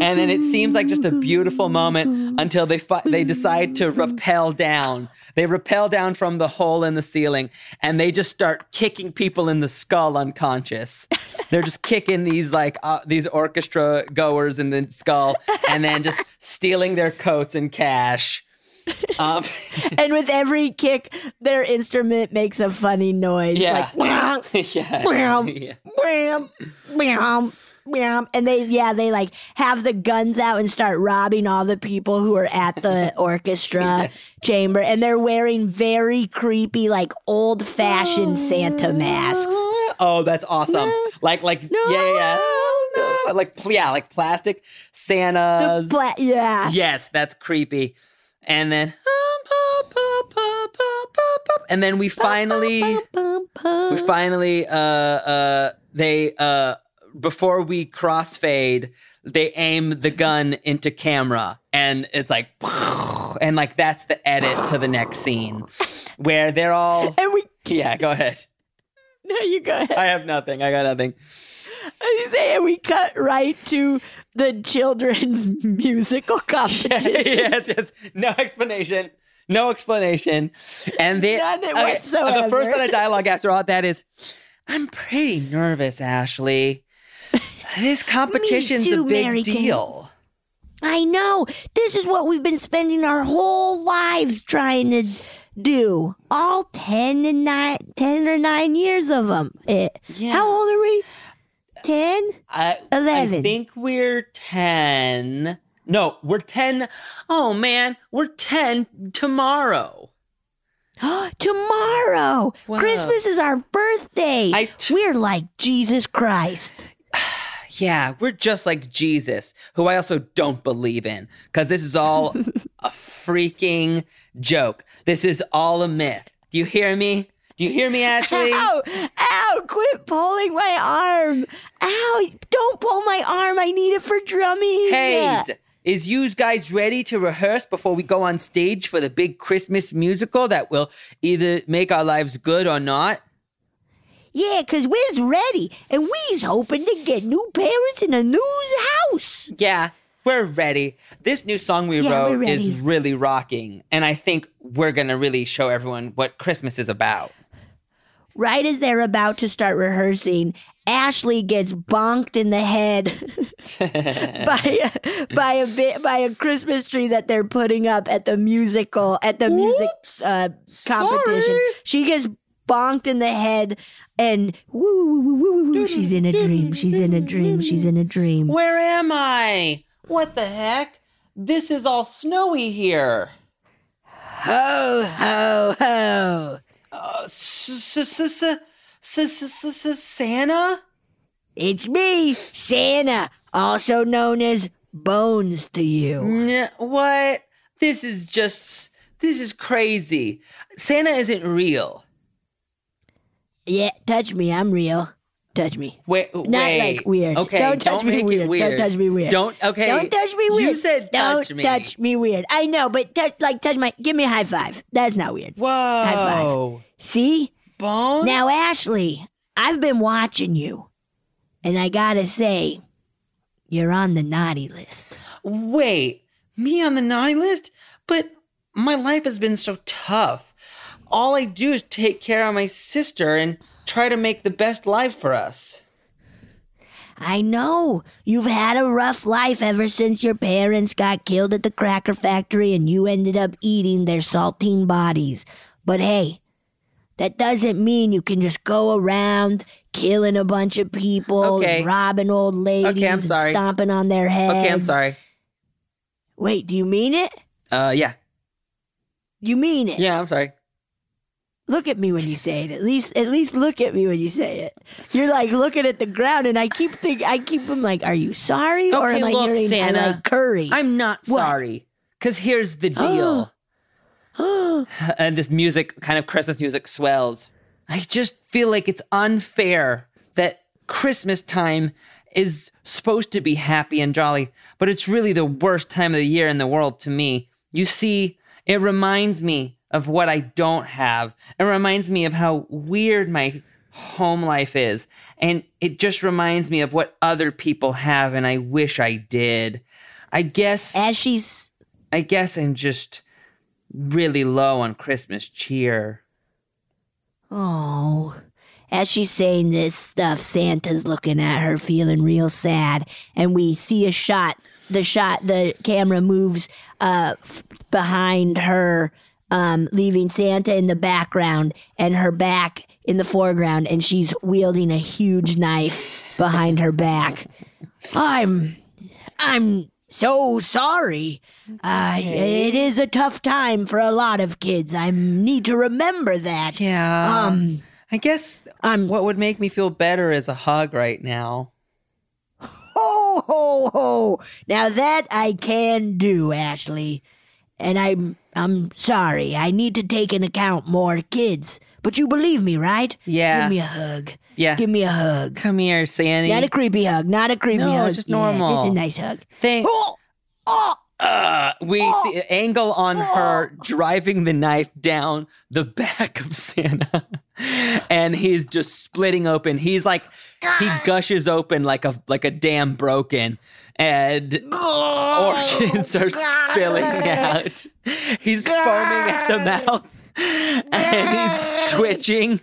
F: then it seems like just a beautiful moment until they fi- they decide to rappel down. They rappel down from the hole in the ceiling and they just start kicking people in the skull unconscious. They're just kicking these like uh, these orchestra goers in the skull and then just stealing their coats and cash. Um,
C: and with every kick, their instrument makes a funny noise.
F: Yeah.
C: Like, wham,
F: yeah.
C: wham,
F: yeah.
C: wham, wham. meow. and they yeah they like have the guns out and start robbing all the people who are at the orchestra chamber and they're wearing very creepy like old fashioned santa masks
F: Oh, that's awesome. like, like, yeah, yeah, yeah. No. Like, pl- yeah, like plastic Santas.
C: but yeah
F: yes, that's creepy. And then, um, pa, pa, pa, pa, pa. and then we finally, we finally, uh, uh, they, uh, before we crossfade, they aim the gun into camera, and it's like, and like that's the edit to the next scene, where they're all,
C: and we
F: yeah, go ahead.
C: no you go ahead
F: I have nothing. I got nothing.
C: I was saying, we cut right to the children's musical competition
F: yes, yes. No explanation. No explanation. And the,
C: None
F: The first
C: whatsoever.
F: line of dialogue after all that is, I'm pretty nervous, Ashley. This competition's
C: too,
F: a big
C: Mary Kay."
F: deal.
C: I know. This is what we've been spending our whole lives trying to do. All 10 and 9 10 or 9 years of them. How old are we? 10?
F: I, I
C: Eleven.
F: think we're 10. No, we're 10. Oh, man, we're 10 tomorrow.
C: Uh, Tomorrow.
F: Wow.
C: Christmas is our birthday.
F: I t-
C: We're like Jesus Christ.
F: Yeah, we're just like Jesus, who I also don't believe in, because this is all a freaking joke. This is all a myth. Do you hear me? Do you hear me, Ashley?
C: Ow! Oh, Ow! Quit pulling my arm. Ow! Don't pull my arm. I need it for drumming.
F: Hayes, is you guys ready to rehearse before we go on stage for the big Christmas musical that will either make our lives good or not?
C: Yeah, because we's ready and we's hoping to get new parents in a new house.
F: Yeah, we're ready. This new song we
C: Yeah, we're
F: wrote is
C: ready.
F: really rocking, and I think we're gonna really show everyone what Christmas is about.
C: Right as they're about to start rehearsing, Ashley gets bonked in the head by by a bit by a Christmas tree that they're putting up at the musical at the music uh, competition. She gets bonked in the head and woo, woo, woo, woo, woo, woo, she's in a dream. She's in a dream. She's in a dream.
F: Where am I? What the heck? This is all snowy here.
C: Ho ho ho!
F: Uh, Santa?
C: It's me, Santa, also known as Bones to you.
F: N- What? This is just. This is crazy. Santa isn't real.
C: Yeah, touch me. I'm real. Touch me.
F: Wait,
C: Not
F: wait.
C: like weird.
F: Okay,
C: don't touch me
F: make
C: weird.
F: it weird.
C: Don't touch me weird.
F: Don't. Okay.
C: Don't touch me weird.
F: You said
C: don't
F: touch me.
C: touch me weird. I know, but touch like touch my. Give me a high five. That's not weird.
F: Whoa.
C: five. See
F: Bones.
C: now, Ashley, I've been watching you, and I gotta say, you're on the naughty list.
F: Wait, me on the naughty list? But my life has been so tough. All I do is take care of my sister and try to make the best life for us.
C: I know. You've had a rough life ever since your parents got killed at the cracker factory and you ended up eating their saltine bodies. But hey, that doesn't mean you can just go around killing a bunch of people,
F: Okay.
C: and robbing old ladies,
F: Okay, I'm
C: and
F: sorry.
C: stomping on their heads.
F: Okay, I'm sorry.
C: Wait, do you mean it?
F: Uh, yeah,
C: You mean it?
F: yeah, I'm sorry.
C: Look at me when you say it. At least, at least look at me when you say it. You're like looking at the ground, and I keep think I keep. I'm like, are you sorry or
F: Okay,
C: am I
F: look,
C: hearing
F: Santa.
C: am I curry?
F: I'm not
C: What?
F: sorry. Cause here's the deal. and this music, kind of Christmas music, swells. I just feel like it's unfair that Christmas time is supposed to be happy and jolly, but it's really the worst time of the year in the world to me. You see, it reminds me of what I don't have. It reminds me of how weird my home life is. And it just reminds me of what other people have, and I wish I did. I guess.
C: As she's
F: I guess I'm just really low on Christmas cheer.
C: Oh. As she's saying this stuff, Santa's looking at her, feeling real sad. And we see a shot. The shot, the camera moves uh, f- behind her, um, leaving Santa in the background and her back in the foreground. And she's wielding a huge knife behind her back. I'm I'm so sorry. Uh, it is a tough time for a lot of kids. I need to remember that.
F: Yeah.
C: Um,
F: I guess
C: I'm
F: what would make me feel better is a hug right now.
C: ho ho ho. Now that I can do, Ashley. And I'm I'm sorry. I need to take in account more kids. But you believe me, right?
F: Yeah.
C: Give me a hug.
F: Yeah.
C: Give me a hug.
F: Come here, Sandy.
C: Not a creepy hug. Not a creepy
F: No,
C: hug.
F: just
C: Yeah, just a
F: normal.
C: nice hug.
F: Thanks.
C: Oh,
F: Uh, we see an angle on her driving the knife down the back of Santa, and he's just splitting open. He's like he gushes open like a like a dam broken, and organs are spilling out. He's foaming at the mouth, and he's twitching.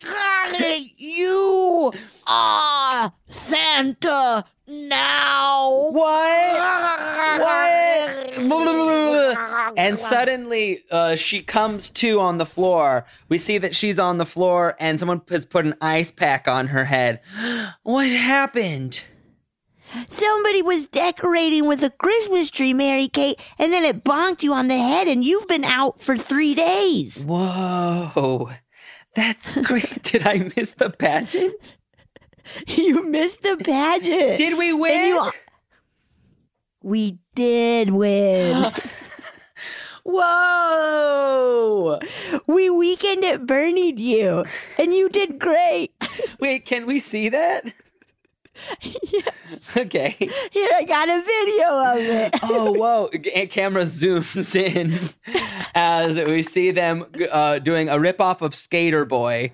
C: golly, you are Santa now.
F: What? what? and suddenly uh, she comes to on the floor. We see that she's on the floor and someone has put an ice pack on her head. what happened?
C: Somebody was decorating with a Christmas tree, Mary Kate, and then it bonked you on the head, and you've been out for three days.
F: Whoa. That's great. Did I miss the pageant?
C: You missed the pageant.
F: Did we
C: And
F: win?
C: you al- we did win.
F: Whoa.
C: we weekend at Bernie you, and you did great.
F: Wait, can we see that? yes. Okay.
C: Here, I got a video of it.
F: oh whoa and camera zooms in as we see them uh, doing a ripoff of skater boy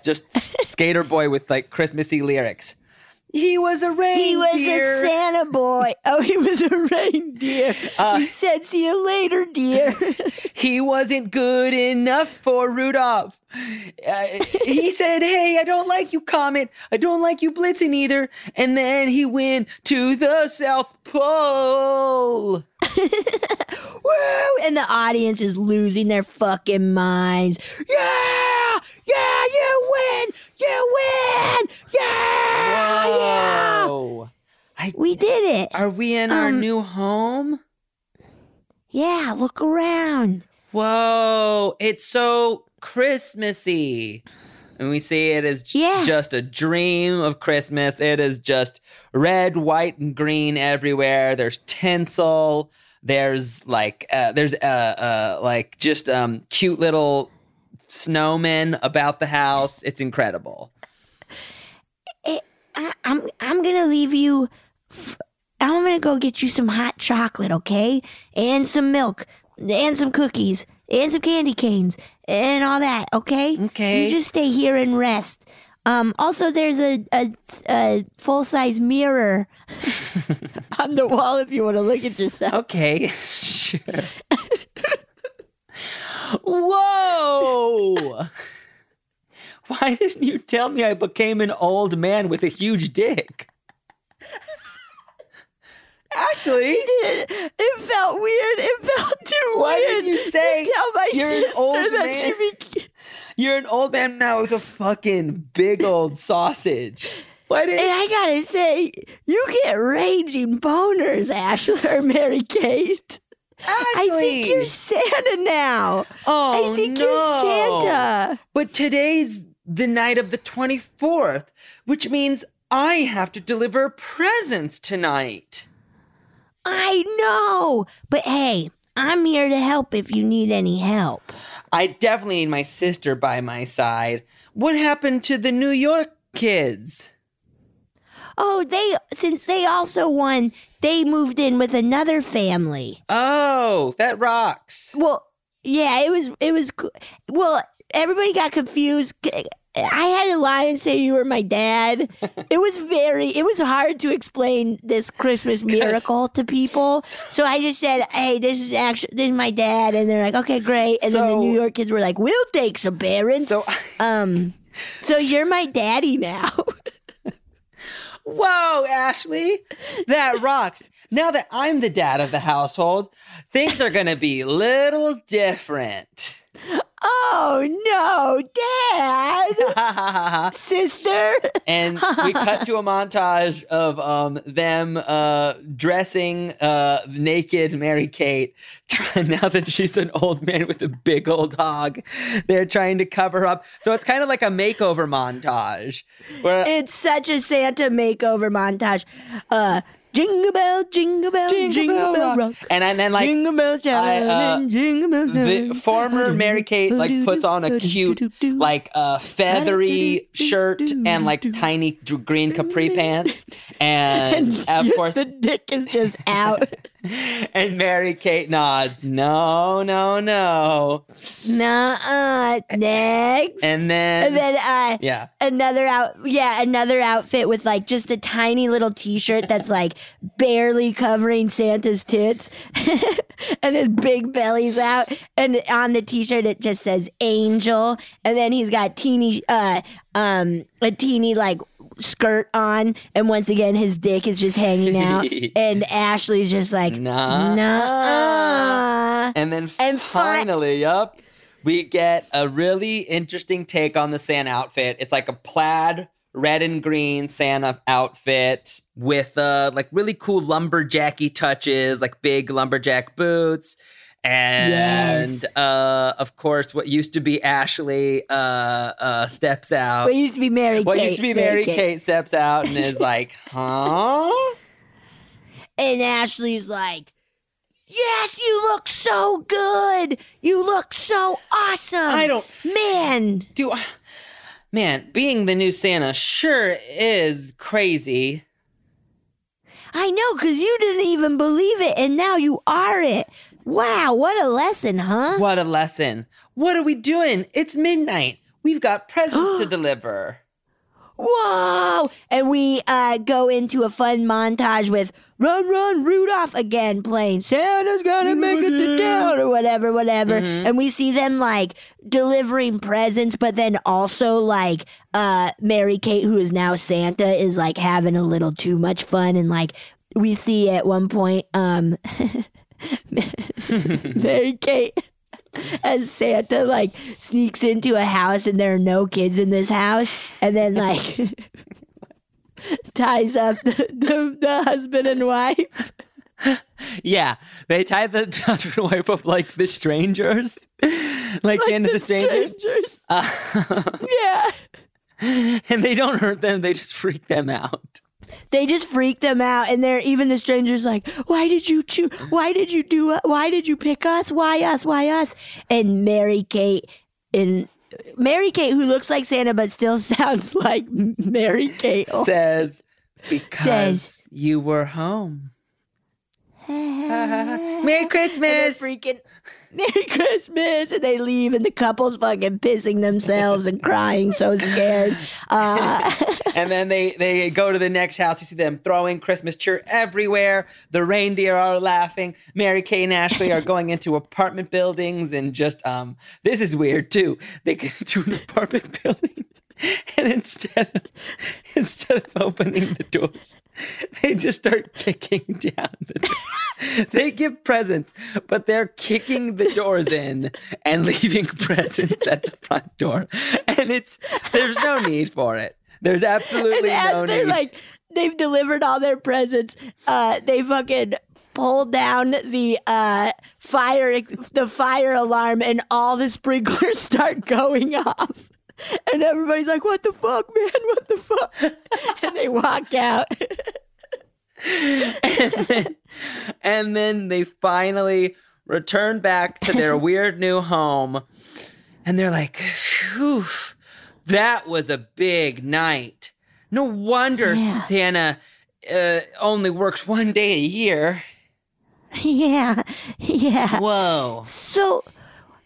F: just skater boy with like christmassy lyrics he was a reindeer
C: He was a Santa boy. Oh, he was a reindeer.
F: Uh,
C: he said, "See you later, dear."
F: he wasn't good enough for Rudolph. Uh, he said, "Hey, I don't like you, Comet. I don't like you, Blitzen either." And then he went to the South Pole.
C: Woo! And the audience is losing their fucking minds. Yeah, yeah, you win, you win, yeah, Oh, yeah. Um,
F: Whoa. I,
C: We did it.
F: are we in our new home?
C: Yeah, look around.
F: Whoa, it's so Christmassy. And we see it is j-
C: Yeah.
F: just a dream of Christmas. It is just red, white, and green everywhere. There's tinsel. There's like uh, there's uh, uh like just um cute little snowmen about the house. It's incredible.
C: I, I'm I'm gonna leave you. F- I'm gonna go get you some hot chocolate, okay? And some milk, and some cookies, and some candy canes, and all that, okay?
F: Okay.
C: You just stay here and rest. Um. Also, there's a a, a full size mirror on the wall if you want to look at yourself.
F: Okay, sure. Whoa! Why didn't you tell me I became an old man with a huge dick? Ashley,
C: It felt weird. It felt too
F: Why
C: weird.
F: did you say
C: to tell my
F: you're an
C: sister
F: old
C: that she
F: man?
C: be-
F: you're an old man now with a fucking big old sausage. Why did
C: And I gotta say, you get raging boners, Ashley or Mary Kate. I
F: Ashley?
C: think you're Santa now.
F: oh,
C: I think
F: no.
C: you're Santa.
F: But today's the night of the 24th, which means I have to deliver presents tonight.
C: I know. But hey, I'm here to help if you need any help.
F: I definitely need my sister by my side. What happened to the New York kids?
C: Oh, they since they also won, they moved in with another family.
F: Oh, that rocks.
C: Well, yeah, it was it was co- well, everybody got confused. C- I had to lie and say you were my dad. It was very it was hard to explain this Christmas miracle to people. So I just said, "Hey, this is actually this is my dad." And they're like, "Okay, great." And then the
F: So-
C: New York kids were like, "We'll take some parents."
F: So,
C: um so you're my daddy now.
F: whoa, Ashley, that rocks. Now that I'm the dad of the household, things are going to be little different.
C: Oh no, Dad! Sister!
F: and we cut to a montage of um, them uh, dressing uh, naked Mary Kate. Trying now that she's an old man with a big old hog, they're trying to cover up. So it's kind of like a makeover montage. Where
C: It's such a Santa makeover montage. Uh, jingle bell, jingle bell, jingle, bell, rock.
F: and and then like
C: jingle bell,
F: I, uh,
C: chime, jingle bell.
F: the former Mary Kate like puts on a cute like uh, feathery shirt and like tiny d- green capri pants, and of course,
C: the dick is just out.
F: and Mary Kate nods, no, no, no,
C: Nuh-uh. Next.
F: and then,
C: And then uh,
F: yeah,
C: another out yeah another outfit with like just a tiny little t-shirt that's like barely covering santa's tits and his big belly's out and on the t-shirt it just says angel and then he's got teeny uh um a teeny like skirt on and once again his dick is just hanging out and ashley's just like
F: Nah.
C: nah
F: and then
C: and fi-
F: finally, up, we get a really interesting take on the Santa outfit. It's like a plaid. Red and green Santa outfit with uh like really cool lumberjacky touches, like big lumberjack boots, and
C: Yes.
F: uh of course what used to be Ashley uh uh steps out.
C: what used to be mary
F: what
C: kate
F: used to be Mary Kate. steps out and is like, huh?
C: And Ashley's like, Yes, you look so good. You look so awesome.
F: I don't
C: Man,
F: do. Man, being the new Santa sure is crazy.
C: I know, because you didn't even believe it, and now you are it. Wow, what a lesson, huh?
F: What a lesson. What are we doing? It's midnight. We've got presents to deliver.
C: Whoa! And we uh, go into a fun montage with Run, Run, Rudolph again playing Santa's gonna make it to town or whatever, whatever. And we see them like delivering presents, but then also like uh, Mary Kate, who is now Santa, is like having a little too much fun. And like we see at one point, um, Mary Kate as Santa like sneaks into a house and there are no kids in this house, and then like ties up the, the, the husband and wife.
F: Yeah, they tie the husband and wife up like the strangers, like, the end of the strangers.
C: Strangers.
F: Uh,
C: Yeah.
F: and they don't hurt them, they just freak them out.
C: They just freak them out, and they're even the strangers like, "Why did you choose? Why did you do? it? Why did you pick us? Why us? Why us?" And Mary Kate and Mary Kate, who looks like Santa but still sounds like Mary Kate,
F: Says, because you were home. Merry
C: And
F: Christmas.
C: they're freaking Merry Christmas, and they leave, and the couple's fucking pissing themselves and crying, so scared. Uh,
F: and then they they go to the next house. You see them throwing Christmas cheer everywhere. The reindeer are laughing. Mary Kay and Ashley are going into apartment buildings and just um. This is weird too. They get into an apartment building. And instead of, instead of opening the doors, they just start kicking down the doors. They give presents, but they're kicking the doors in and leaving presents at the front door. And it's there's no need for it. There's
C: and
F: absolutely
C: as
F: no
C: they're
F: need.
C: like, they've delivered all their presents, uh, they fucking pull down the uh, fire the fire alarm, and all the sprinklers start going off. And everybody's like, "What the fuck, man? What the fuck?" And they walk out.
F: and, then, and then they finally return back to their weird new home. And they're like, phew, that was a big night. No wonder Santa uh, only works one day a year.
C: yeah, yeah.
F: Whoa.
C: So,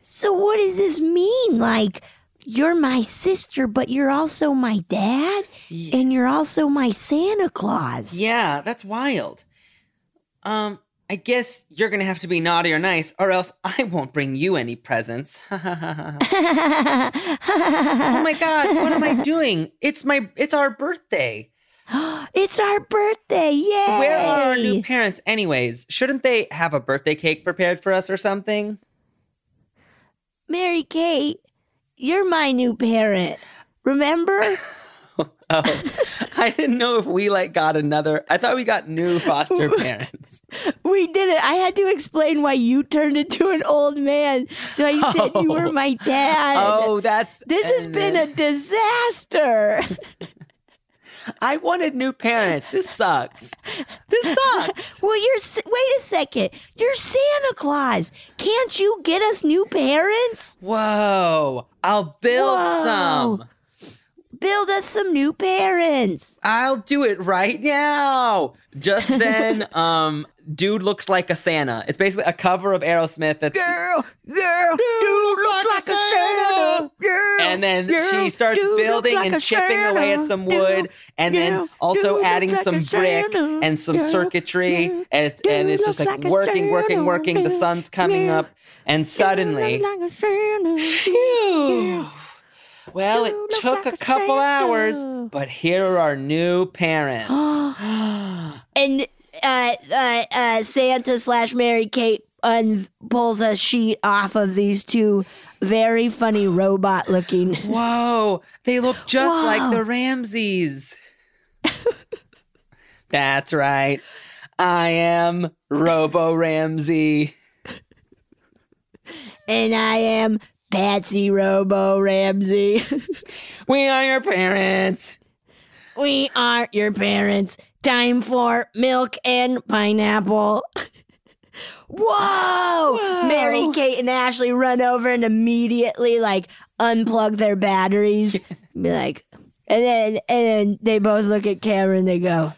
C: so what does this mean? Like, you're my sister, but you're also my dad, and you're also my Santa Claus.
F: Yeah, that's wild. Um, I guess you're gonna have to be naughty or nice, or else I won't bring you any presents. oh my god, what am I doing? It's my it's our birthday.
C: it's our birthday! Yay!
F: Where are our new parents anyways? Shouldn't they have a birthday cake prepared for us or something?
C: Mary Kate, you're my new parent. Remember?
F: Oh, I didn't know if we like got another. I thought we got new foster parents.
C: we did it. I had to explain why you turned into an old man. So I said you were my dad.
F: Oh, that's
C: This has been a disaster.
F: I wanted new parents. This sucks. This sucks.
C: well, you're S- wait a second. You're Santa Claus. Can't you get us new parents?
F: Whoa! I'll build
C: Whoa.
F: some.
C: Build us some new parents.
F: I'll do it right now. Just then, um, dude looks like a Santa. It's basically a cover of Aerosmith. That's
C: Girl, girl,
F: dude looks like, a Santa.
C: girl.
F: And then she starts
C: dude looks
F: building
C: like a
F: and chipping away at
C: Santa.
F: some
C: Dude,
F: wood, and
C: dude,
F: then also
C: dude
F: adding
C: looks like
F: some
C: a
F: brick
C: Santa.
F: and some
C: Dude,
F: circuitry,
C: dude,
F: and it's, and
C: dude
F: it's just
C: looks
F: like
C: like a
F: working, working,
C: Santa.
F: working. The sun's coming
C: Yeah.
F: up, and suddenly,
C: Dude looks like a Santa.
F: phew. Well, it
C: Dude looks
F: took
C: like
F: a
C: a
F: couple hours,
C: Santa.
F: but here are our new parents.
C: and uh, uh, uh, Santa slash Mary Kate un- pulls a sheet off of these two very funny robot looking.
F: Whoa, they look just like
C: Wow.
F: the Ramses. That's right. I am Robo Ramsey.
C: And I am Patsy Robo Ramsey.
F: We are your parents.
C: we are your parents. Time for milk and pineapple. Whoa! Mary Kate and Ashley run over and immediately like unplug their batteries. Be like, and then and then they both look at camera and they go,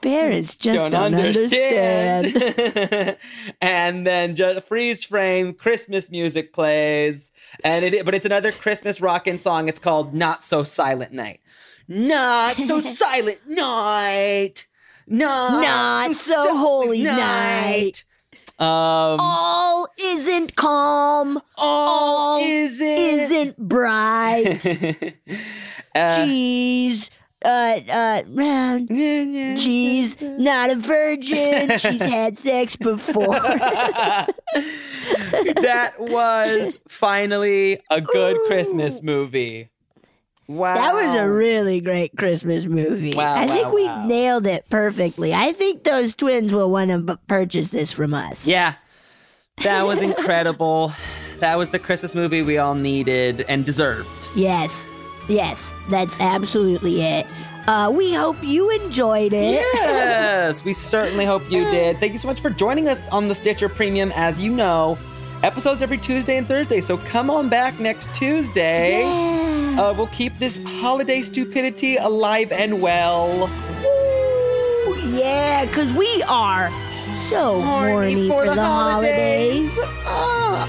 C: "Parents just don't, understand."
F: understand. and then just freeze frame, Christmas music plays, and it. But it's another Christmas rockin' song. It's called "Not So Silent Night." Not so silent night. Not,
C: Not so
F: silent
C: holy
F: Um,
C: All isn't calm.
F: all
C: all
F: isn't.
C: Isn't bright. She's uh uh round. She's not a virgin. She's had sex before.
F: that was finally a good Christmas movie. Wow.
C: That was a really great Christmas movie.
F: Wow,
C: I think
F: wow,
C: we
F: wow.
C: nailed it perfectly. I think those twins will want to b- purchase this from us.
F: Yeah. That was incredible. that was the Christmas movie we all needed and deserved.
C: Yes. Yes, that's absolutely it. Uh, we hope you enjoyed it.
F: Yes, we certainly hope you did. Thank you so much for joining us on the Stitcher Premium. As you know, episodes every Tuesday and Thursday. So come on back next Tuesday. Uh, we'll keep this holiday stupidity alive and well.
C: Ooh, yeah, because we are so horny, for, the, holidays. Uh,